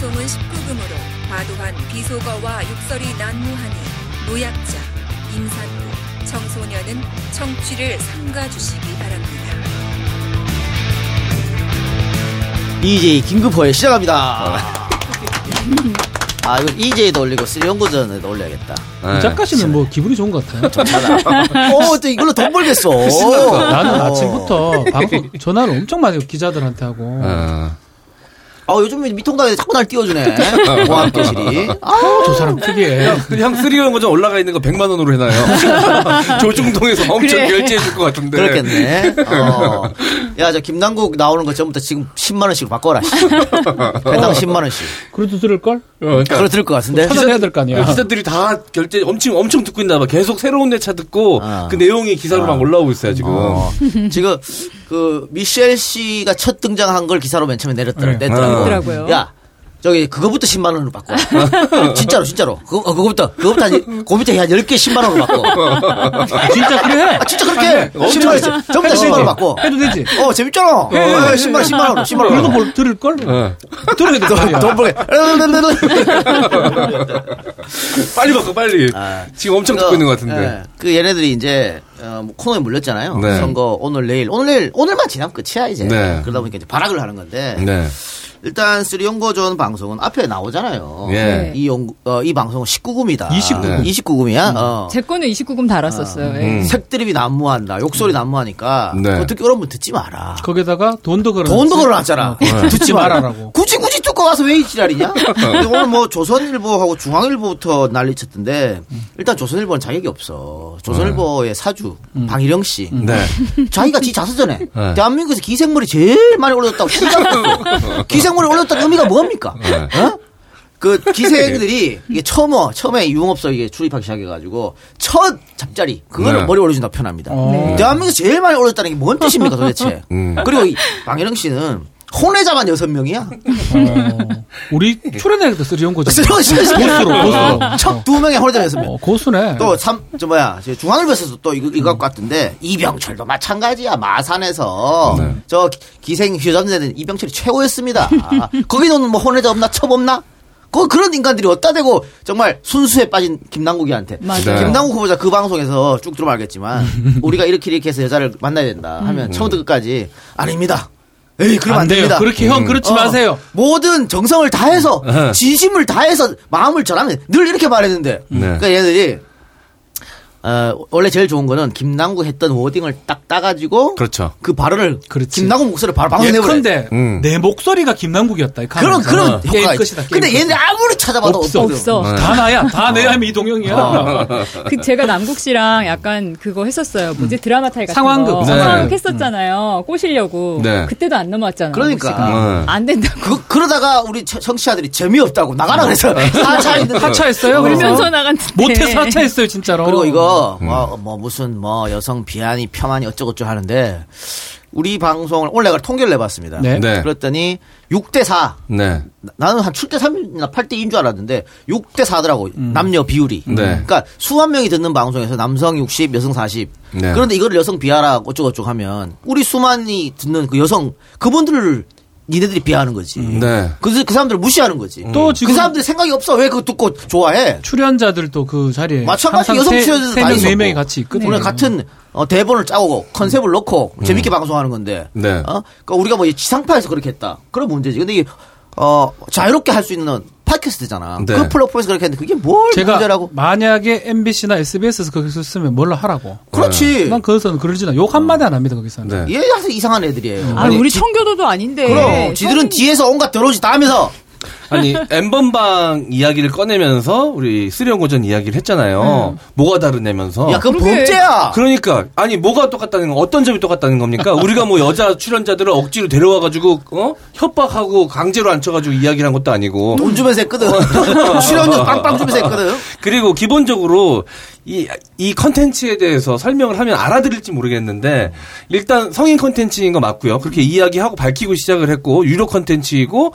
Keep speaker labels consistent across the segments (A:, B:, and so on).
A: 소문 19금으로 과도한 비속어와 욕설이 난무하니 노약자, 임산부, 청소년은 청취를 삼가주시기 바랍니다.
B: EJ 긴급호에 시작합니다. 아, 이거 EJ에도 올리고 쓰리연구전에도 올려야겠다.
C: 네.
D: 이 작가 씨는 뭐 기분이 좋은 것 같아요.
B: 어, 또 이걸로 돈 벌겠어.
D: 나는
B: 어.
D: 아침부터 방송 전화를 엄청 많이 기자들한테 하고
B: 네.
C: 어.
B: 아, 요즘 미통당에 자꾸 날 띄워주네. 공항교실이. 아,
D: 어, 저 사람 특이해.
C: 그냥 쓰리온 거좀 올라가 있는 거 100만 원으로 해놔요. 조중동에서 엄청
E: 그래.
C: 결제해 줄 것 같은데.
B: 그렇겠네. 어. 야, 저 김남국 나오는 거 전부터 지금 10만원씩 바꿔라. 씨. 해당 10만원씩.
D: 그래도 들을 걸?
C: 어, 그러니까 그
B: 그걸 들을 것 같은데.
D: 찾아내야 될 거 아니야.
C: 기사들이 다 결제 엄청 엄청 듣고 있나 봐. 계속 새로운 내차 듣고
B: 아.
C: 그 내용이 기사로 막 올라오고 있어요 지금.
B: 어. 지금 그 미셸 씨가 첫 등장한 걸 기사로 맨 처음에 내렸더라,
D: 네.
B: 냈더라고.
E: 그러더라고요.
B: 야. 저기 그거부터 10만 원으로 바꿔. 진짜로 진짜로. 그거 어, 그거부터 그거부터 한, 그거부터 한 10개 10만 원으로 바꿔.
D: 진짜 그래.
B: 아 진짜 그렇게 해. 10만 원 전부 다 10만 원 바꿔.
D: 해도 되지.
B: 어 재밌잖아. 어, 10만 원 10만 원 10만
D: 그래도
B: 원.
D: 뭘 들을 걸?
C: 어.
D: 들어야 될 거 아니야.
B: 돈 벌게. 네,
C: 빨리 바꿔 빨리.
B: 아.
C: 지금 엄청 듣고 있는 것 같은데.
B: 예, 그 얘네들이 이제 어, 뭐 코너에 물렸잖아요.
C: 네.
B: 선거 오늘 내일 오늘 내일 오늘만 지나면 끝이야 이제.
C: 네.
B: 그러다 보니까 이제 발악을 하는 건데.
C: 네.
B: 일단 쓰리 연고전 방송은 앞에 나오잖아요.
C: 예.
B: 이 연, 어, 이 방송은 19금이다. 네.
D: 29금.
B: 29금이야. 어. 아, 음.
E: 제 거는 29금 달았었어요. 예.
B: 색드립이 난무한다. 욕설이 난무하니까
C: 음. 네.
B: 그거 듣기 어려우면 듣지 마라.
D: 거기다가 돈도 걸어.
B: 돈도 걸어놨잖아. 듣지
D: 듣지
B: 말아라고.
D: 말아라고.
B: 굳이 굳이 듣고 와서 왜 이
C: 어.
B: 지랄이냐? 근데 오늘 뭐 조선일보하고 중앙일보부터 난리쳤던데 일단 조선일보는 자격이 없어. 조선일보의 사주 방일영 씨
C: 네.
B: 자기가 지 자서전에
C: 네.
B: 대한민국에서 기생물이 제일 많이 올랐다고 시작했어. 기생물이 올랐다는 의미가 뭡니까?
D: 네.
B: 어? 그 기생들이 이게 처음어 처음에 유흥업소 이게 출입하기 시작해가지고 첫 잠자리 그거를
C: 네.
B: 머리 올려준다 편합니다.
D: 네.
B: 대한민국에서 제일 많이 올렸다는 게 뭔 뜻입니까 도대체?
C: 음.
B: 그리고 이 방일영 씨는 혼외자만 여섯 명이야.
D: 어, 우리 출연해야겠다, 쓰리 연고자. 고수로, 고수로.
B: 척두 명의 혼외자 여섯 명.
D: 어, 고수네.
B: 또 삼, 저 뭐야, 저 중앙일보에서도 또 이거 이거 갖고 왔던데 이병철도 마찬가지야 마산에서
C: 네.
B: 저 기- 기생 휴전자는 이병철이 최고였습니다. 아, 거기는 뭐 혼외자 없나 첩 없나? 그 그런 인간들이 어디다 대고 정말 순수에 빠진 김남국이한테
E: 맞아요.
C: 네.
B: 김남국 후보자 그 방송에서 쭉 들어면 알겠지만 우리가 이렇게 이렇게 해서 여자를 만나야 된다 하면 처음부터 끝까지 아닙니다. 에이 그러면 안,
D: 안 돼요.
B: 됩니다.
D: 그렇게 형 그렇지
B: 어,
D: 마세요. 어.
B: 모든 정성을 다해서 진심을 다해서 마음을 전하면 늘 이렇게 말했는데
D: 네.
B: 그러니까 얘들이 어, 원래 제일 좋은 거는 김남국 했던 워딩을 딱 따가지고
C: 그렇죠.
B: 그 발언을
D: 그렇지.
B: 김남국 목소리를 바로 방송 내버려.
D: 예컨대
C: 음.
D: 내 목소리가 김남국이었다. 이
B: 그런
D: 카메라에서.
B: 그런
D: 어,
B: 효과가
D: 게임
B: 있-
D: 끝이다. 게임
B: 근데
D: 끝.
B: 얘네 아무리 찾아봐도
D: 없어.
B: 없거든.
E: 없어.
D: 다 나야. 다 내야 하면 이동형이야.
B: 어. 아.
E: 그 제가 남국 씨랑 약간 그거 했었어요. 뭐지
B: 음.
E: 드라마 탈 같은
D: 상황극.
E: 거.
D: 네.
E: 상황극 했었잖아요. 꼬시려고.
C: 네.
E: 그때도 안 넘어왔잖아요.
B: 그러니까.
E: 남국 씨가. 안 된다고.
B: 그 그러다가 우리 처- 청취자들이 재미없다고 나가라 그래서 사차 있는
D: 어. 하차했어요.
E: 울면서 나갔는데.
D: 못해서 하차했어요, 진짜로.
B: 그리고 이거
C: 음.
B: 뭐, 뭐 무슨 뭐 여성 비하니 폄하니 어쩌고저쩌고 하는데 우리 방송을 오늘 내가 통계를 내봤습니다.
D: 네.
C: 네.
B: 그랬더니 6대 4
C: 네.
B: 나- 나는 한 7대 3이나 8대 2인 줄 알았는데 6대 4더라고
D: 음.
B: 남녀 비율이.
C: 네.
B: 그러니까 수만 명이 듣는 방송에서 남성 60, 여성 40.
C: 네.
B: 그런데 이거를 여성 비하라고 어쩌고저쩌고 하면 우리 수만이 듣는 그 여성 그분들을 니네들이 비하하는 거지.
C: 네.
B: 그래서 그 사람들을 무시하는 거지.
D: 또
B: 그
D: 지금
B: 사람들이 생각이 없어. 왜 그거 듣고 좋아해?
D: 출연자들도 그 자리에
B: 마찬가지 여성 출연자들 다
D: 세명
B: 있었고.
D: 네 명이 같이 있거든.
B: 우리가 같은 어, 대본을 짜고 컨셉을 넣고
D: 음.
B: 재밌게 방송하는 건데.
C: 네.
B: 어? 그러니까 우리가 뭐 이 지상파에서 그렇게 했다. 그런 문제지. 근데 이게 어, 자유롭게 할 수 있는 팟캐스트잖아.
C: 네.
B: 그 플랫폼에서 그렇게 했는데 그게 뭘
D: 음. 제가
B: 문제라고?
D: 만약에 MBC나 SBS에서 그 거기서 쓰면 뭘로 하라고.
B: 그렇지.
D: 난 거기서는 그러지는 욕 한마디 안 합니다 거기서는.
C: 네.
B: 얘 아주 이상한
D: 음.
B: 애들이에요.
E: 아, 우리 청교도도 아닌데. 네.
D: 네,
B: 그럼 지들은 뒤에서 온갖 더러워지 다 하면서
C: 아니 엠번방 이야기를 꺼내면서 우리 쓰리연고전 이야기를 했잖아요. 뭐가 다르냐면서.
B: 음. 야 그건
E: 그러게.
B: 범죄야.
C: 그러니까 아니 뭐가 똑같다는 건 어떤 점이 똑같다는 겁니까? 우리가 뭐 여자 출연자들을 억지로 데려와가지고 어? 협박하고 강제로 앉혀가지고 이야기를 한 것도 아니고
B: 돈 주면서 했거든. 출연료 빵빵 주면서 했거든.
C: 그리고 기본적으로 이, 이 컨텐츠에 대해서 설명을 하면 알아들을지 모르겠는데 일단 성인 컨텐츠인 거 맞고요. 그렇게 이야기하고 밝히고 시작을 했고 유료 컨텐츠이고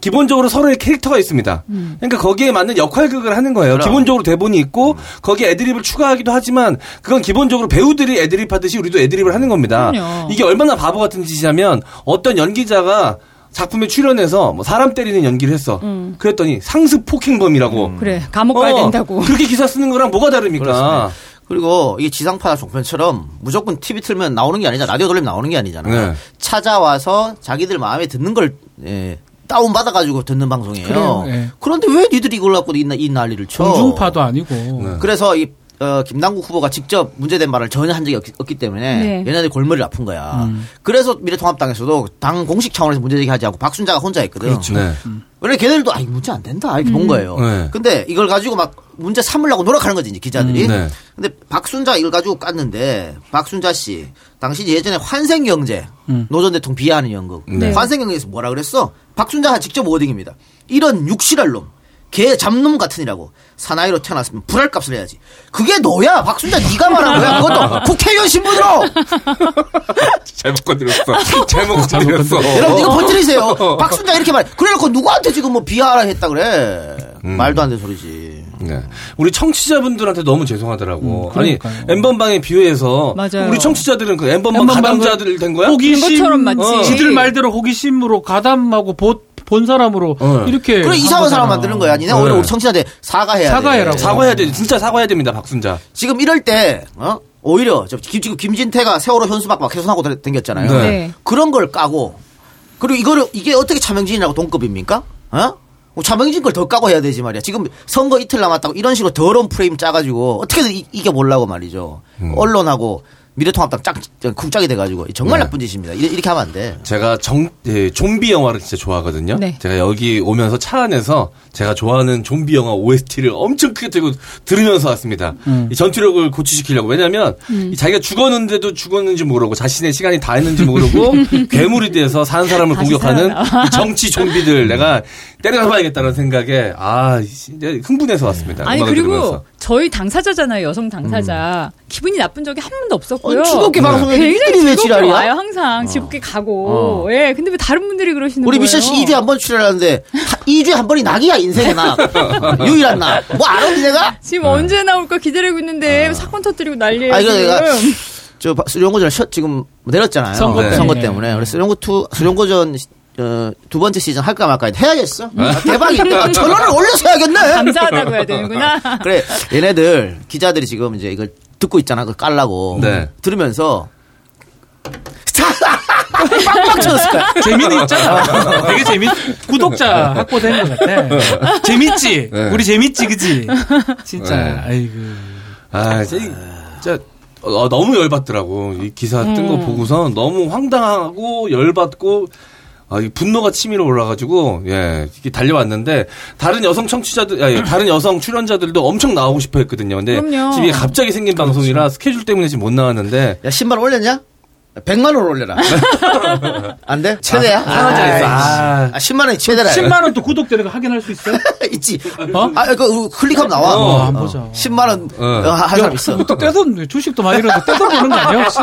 C: 기본적으로 서로의 캐릭터가 있습니다. 그러니까 거기에 맞는 역할극을 하는 거예요. 기본적으로 대본이 있고 거기에 애드립을 추가하기도 하지만 그건 기본적으로 배우들이 애드립 하듯이 우리도 애드립을 하는 겁니다.
E: 그럼요.
C: 이게 얼마나 바보 같은 짓이냐면 어떤 연기자가 작품에 출연해서 뭐 사람 때리는 연기를 했어. 그랬더니 상습 폭행범이라고.
E: 그래 감옥 가야
C: 어,
E: 된다고.
C: 그렇게 기사 쓰는 거랑 뭐가 다릅니까? 어,
B: 그렇습니다. 그리고 이게 지상파 종편처럼 무조건 TV 틀면 나오는 게 아니잖아. 라디오 돌리면 나오는 게 아니잖아.
C: 네.
B: 찾아와서 자기들 마음에 듣는 걸 예, 다운 받아 가지고 듣는 방송이에요.
D: 그래요, 예.
B: 그런데 왜 니들이 이걸 갖고 이, 나- 이 난리를 쳐? 어.
D: 공중파도 아니고.
B: 네.
D: 네.
B: 그래서 이 어, 김남국 후보가 직접 문제된 말을 전혀 한 적이 없기, 없기 때문에
E: 네.
B: 얘네들이 골머리를 아픈 거야.
D: 음.
B: 그래서 미래통합당에서도 당 공식 차원에서 문제 제기하지 않고 박순자가 혼자 했거든.
C: 네.
B: 원래 걔네들도 아 이거 문제 안 된다 이렇게 본 거예요.
C: 네.
B: 근데 이걸 가지고 막 문제 삼으려고 노력하는 거지 이제 기자들이.
C: 음, 네.
B: 근데 박순자 이걸 가지고 깠는데 박순자 씨 당신 예전에 환생경제 노전 대통령 비하하는 연극
E: 네.
B: 환생경제에서 뭐라 그랬어? 박순자가 직접 워딩입니다. 이런 육실할 놈. 개 잡놈 같은 이라고 사나이로 태어났으면 불할값을 해야지. 그게 너야 박순자 네가 말한 거야.
C: 어.
B: 그것도 국회의원 신분으로.
C: 잘못 건드렸어. 잘못 건드렸어.
B: 여러분 이거
C: 어.
B: 버티세요. 박순자 이렇게 말. 그래놓고 누구한테 지금 뭐 비하라 했다 그래.
C: 음.
B: 말도 안 되는 소리지.
C: 네. 우리 청취자분들한테 너무 죄송하더라고. 아니,
D: 그러니까요.
C: 엠번방에 비유해서
E: 맞아요.
C: 우리 청취자들은 그 엠번방
D: 엠번방은
C: 가담자들 된 거야?
D: 호기심.
E: 된 것처럼 마치.
D: 어.
B: 예.
D: 지들 말대로 호기심으로 가담하고 보, 본 사람으로
C: 어.
D: 이렇게.
B: 그래
D: 예, 한
B: 이상한 사람
D: 거잖아.
B: 만드는 거야. 니네
C: 네.
B: 오늘 우리 청취자한테 사과해야 돼.
D: 사과해라고.
C: 사과해야 돼. 진짜 사과해야 됩니다, 박순자.
B: 지금 이럴 때 어? 오히려 저 김, 지금 김진태가 세월호 현수막 막 훼손하고 다- 댕겼잖아요.
C: 네.
E: 네.
B: 그런 걸 까고 그리고 이거를 이게 어떻게 차명진이라고 동급입니까? 어? 뭐 차명진 걸 더 까고 해야 되지 말이야. 지금 선거 이틀 남았다고 이런 식으로 더러운 프레임 짜가지고 어떻게든 이, 이겨보려고 말이죠. 언론하고 미래통합당 짝 국짝이 돼가지고 정말
C: 네.
B: 나쁜 짓입니다. 이래- 이렇게 하면 안 돼.
C: 제가 정, 예, 좀비 영화를 진짜 좋아하거든요.
E: 네.
C: 제가 여기 오면서 차 안에서 제가 좋아하는 좀비 영화 OST를 엄청 크게 들고 들으면서 왔습니다.
E: 음.
C: 이 전투력을 고취시키려고. 왜냐면 이 자기가 죽었는데도 죽었는지 모르고 자신의 시간이 다 했는지 모르고 괴물이 돼서 산 사람을
E: 다시
C: 공격하는
E: 살아나.
C: 이 정치 좀비들 내가 때려잡아야겠다는 생각에 아, 이제 흥분해서 왔습니다.
E: 아니
C: 음악을
E: 그리고
C: 들으면서.
E: 저희 당사자잖아요 여성 당사자 기분이 나쁜 적이 한 번도
B: 음.
E: 없었고요. 네.
B: 아니, 즐겁게 방송해.
E: 굉장히
B: 니들이 왜
E: 즐겁게
B: 지랄이야? 어.
E: 와요 항상 즐겁게 가고 예 근데 왜 다른 분들이 그러시는
B: 우리
E: 거예요?
B: 미션 씨 2주에 한 번 출연하는데 2주에 한 번이 낙이야 인생의 낙 유일한 낙뭐 알아 니네가?
E: 지금 언제 나올까 기다리고 있는데 사건 터뜨리고 난리예요
B: 아 이거
E: 지금.
B: 내가 저 바- 수령고전 셔- 지금 내렸잖아요
D: 선거
B: 네.
C: 때문에.
B: 선거 때문에 그래서 수령고 투 수령고전 어, 두 번째 시즌 할까 말까 해야겠어 아, 대박이다 전원을 올려서 해야겠네
E: 감사하다고 해야 되는구나.
B: 그래 얘네들 기자들이 지금 이제 이걸 듣고 있잖아 그걸 깔라고
C: 네.
B: 들으면서 빵빵 쳤을 거야
D: 재미는 있잖아. 되게 재미 구독자
B: 네.
D: 확보된 것 같아. 재밌지?
C: 네.
D: 우리 재밌지, 그지? 진짜,
C: 네.
D: 아이고.
C: 아, 진짜, 이- 진짜 어, 어, 너무 열받더라고. 이 기사
E: 음.
C: 뜬 거 보고서 너무 황당하고 열받고 아, 이 분노가 치밀어 올라가지고 예 이게 달려왔는데 다른 여성 청취자들 아니, 예, 다른 여성 출연자들도 엄청 나오고 싶어했거든요. 근데
E: 그럼요.
C: 지금 이게 갑자기 생긴 방송이라 스케줄 때문에 지금 못 나왔는데
B: 야 신발 올렸냐? 100만 원 올려라. 안 돼? 최대야?
C: 아, 상한가 있어.
B: 아, 10만 원이 최대라.
D: 10만 원 또 구독되는 거 확인할 수 있어?
B: 있지.
D: 어?
B: 아, 그 클릭하면 나와.
C: 어,
D: 안 보자.
B: 10만 원
C: 어.
B: 어, 한 사람 있어.
D: 또 떼돈 주식도 많이 잃어서 떼돈 버는 거 아니야 혹시?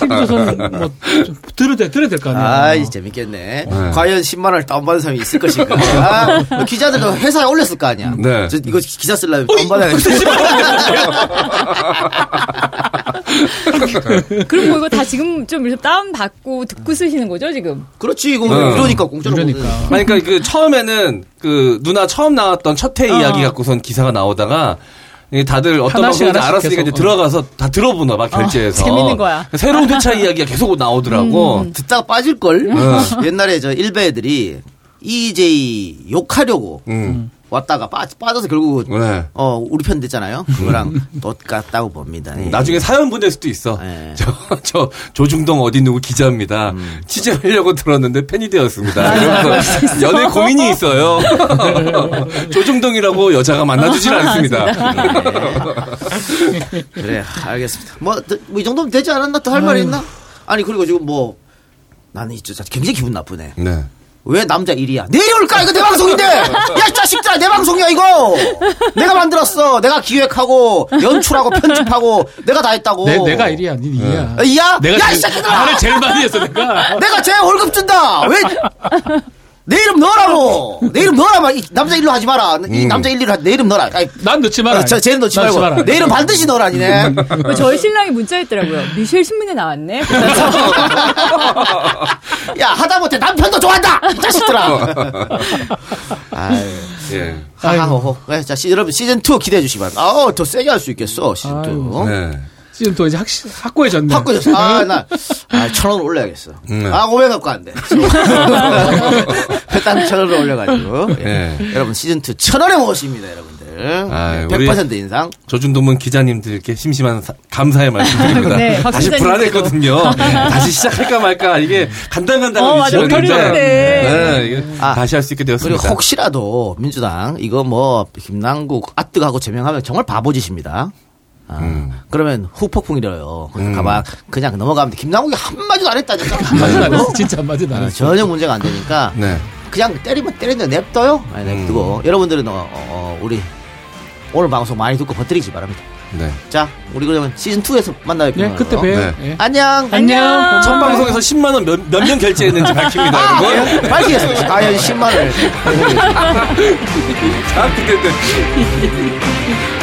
D: TV조선 뭐 좀 들어야 돼- 들어야 될 거 아니야.
B: 아, 이 재밌겠네. 과연 10만 원을 다운받은 사람이 있을 것인가? 아, 기자들도 회사에 올렸을 거 아니야.
C: 네.
B: 저 이거 기사 쓰려면 다운받아야겠다.
E: 그리고 뭐 이거 다 지금 좀 이렇게 다운 받고 듣고 쓰시는 거죠 지금?
B: 그렇지, 이거
C: 어.
B: 이러니까 공짜로.
D: 그러니까.
C: 아니, 그러니까 그 처음에는 그 누나 처음 나왔던 첫회
E: 어.
C: 이야기 갖고선 기사가 나오다가 이게 다들 어떤
D: 하나씩
C: 방송인지
D: 하나씩
C: 알았으니까
D: 계속,
C: 이제
D: 어.
C: 들어가서 다 들어보나 봐 결제해서
E: 재밌는 거야. 음.
C: 새로운 회차 이야기가 계속 나오더라고.
B: 듣다가 빠질걸?
C: 네.
B: 옛날에 저 일베 애들이 EJ 욕하려고
C: 음.
B: 왔다가 빠, 빠져서 결국
C: 네.
B: 어 우리 편 됐잖아요. 그거랑 똑같다고 봅니다.
E: 음.
B: 예.
C: 음. 나중에 사연 보낼 수도 있어.
E: 네.
B: 예.
C: 저, 저, 조중동 어디 누구 기자입니다.
E: 음.
C: 취재하려고 들었는데 팬이 되었습니다.
E: 아,
C: 이러면서 연애 고민이 있어요. 조중동이라고 여자가 만나주질
E: 아,
C: 않습니다.
B: 그래 알겠습니다. 뭐 이 정도면 되지 않았나 또 할 말이 있나? 아니 그리고 지금 뭐 나는 이 진짜 굉장히 기분 나쁘네.
C: 네.
B: 왜 남자 일이야 내려올까 이거 내 방송인데 야이 자식들아 내 방송이야 이거 내가 만들었어 내가 기획하고 연출하고 편집하고 내가 다 했다고
D: 내, 내가 일이야, 니 일이야.
B: 어, 이야?
D: 내가
B: 야, 이
D: 제일-
B: 새끼들아!
D: 말을 제일 많이 했어 내가.
B: 내가 제 월급 준다 왜 내 이름 넣으라고! 내 이름 넣어라! 막, 이 남자 일로 하지 마라! 이 남자 일로 하지, 내 이름 넣어라! 아니,
D: 난 넣지 마라.
B: 어, 저, 쟤는 넣지
D: 넣지
B: 음. 말고.
D: 마라.
B: 내 이름 반드시 넣어라, 니네.
E: 그 저희 신랑이 문자했더라고요. 미셸 신문에 나왔네.
B: 야, 하다못해 남편도 좋아한다! 이 자식들아! 아유.
C: 예.
B: 하하호호. 네, 자, 시, 여러분, 시즌2 기대해 주시기 바랍니다. 아우, 더 세게 할 수 있겠어,
D: 아유.
B: 시즌2.
C: 네.
D: 지금 또 이제 확실, 확고해졌네.
B: 바꿔줬어. 아, 나, 아, 천 원 올려야겠어.
C: 음.
B: 아, 500 갖고 안 돼. 일단 천 원을 올려가지고. 예.
C: 예.
B: 여러분, 시즌2 천 원에 모십니다, 여러분들.
C: 아유,
B: 100% 인상.
C: 조준동문 기자님들께 심심한 사- 감사의 말씀드립니다.
E: 네, 박
C: 다시
E: 기자님께도. 네.
C: 불안했거든요. 다시 시작할까 말까 이게
E: 어,
C: 간당간당한
E: 맞아.
C: 지역이
E: 못하는데.
C: 있잖아요. 네, 이게
B: 아,
C: 다시 할 수 있게
B: 그리고
C: 되었습니다.
B: 혹시라도 민주당 이거 뭐 김남국 아뜨하고 제명하면 정말 바보짓입니다. 아,
C: 음.
B: 그러면 후폭풍이 일어요. 가만 그냥 넘어가면 돼. 김남국이 한마디도 안 했다. 진짜
D: 한마디도 안
B: 한마디도.
D: 했어. 진짜 한마디도 안
B: 아,
D: 했어.
B: 전혀 문제가 안 되니까
C: 음. 네. 음.
B: 그냥 때리면 때리는 냅둬요. 아 냅두고 여러분들은 어, 어, 어, 우리 오늘 방송 많이 듣고 버티리기 바랍니다.
C: 네.
B: 자, 우리 그러면 시즌 2에서 만나요.
D: 예, 그때 봬요.
C: 네.
D: 예.
B: 안녕.
E: 안녕.
C: 첫 방송에서 10만 원 몇 명 결제했는지 밝힙니다.
B: 아,
C: 여러분.
B: 예. 밝히겠습니다. 과연 10만 원.
C: 아, 근데, 근데.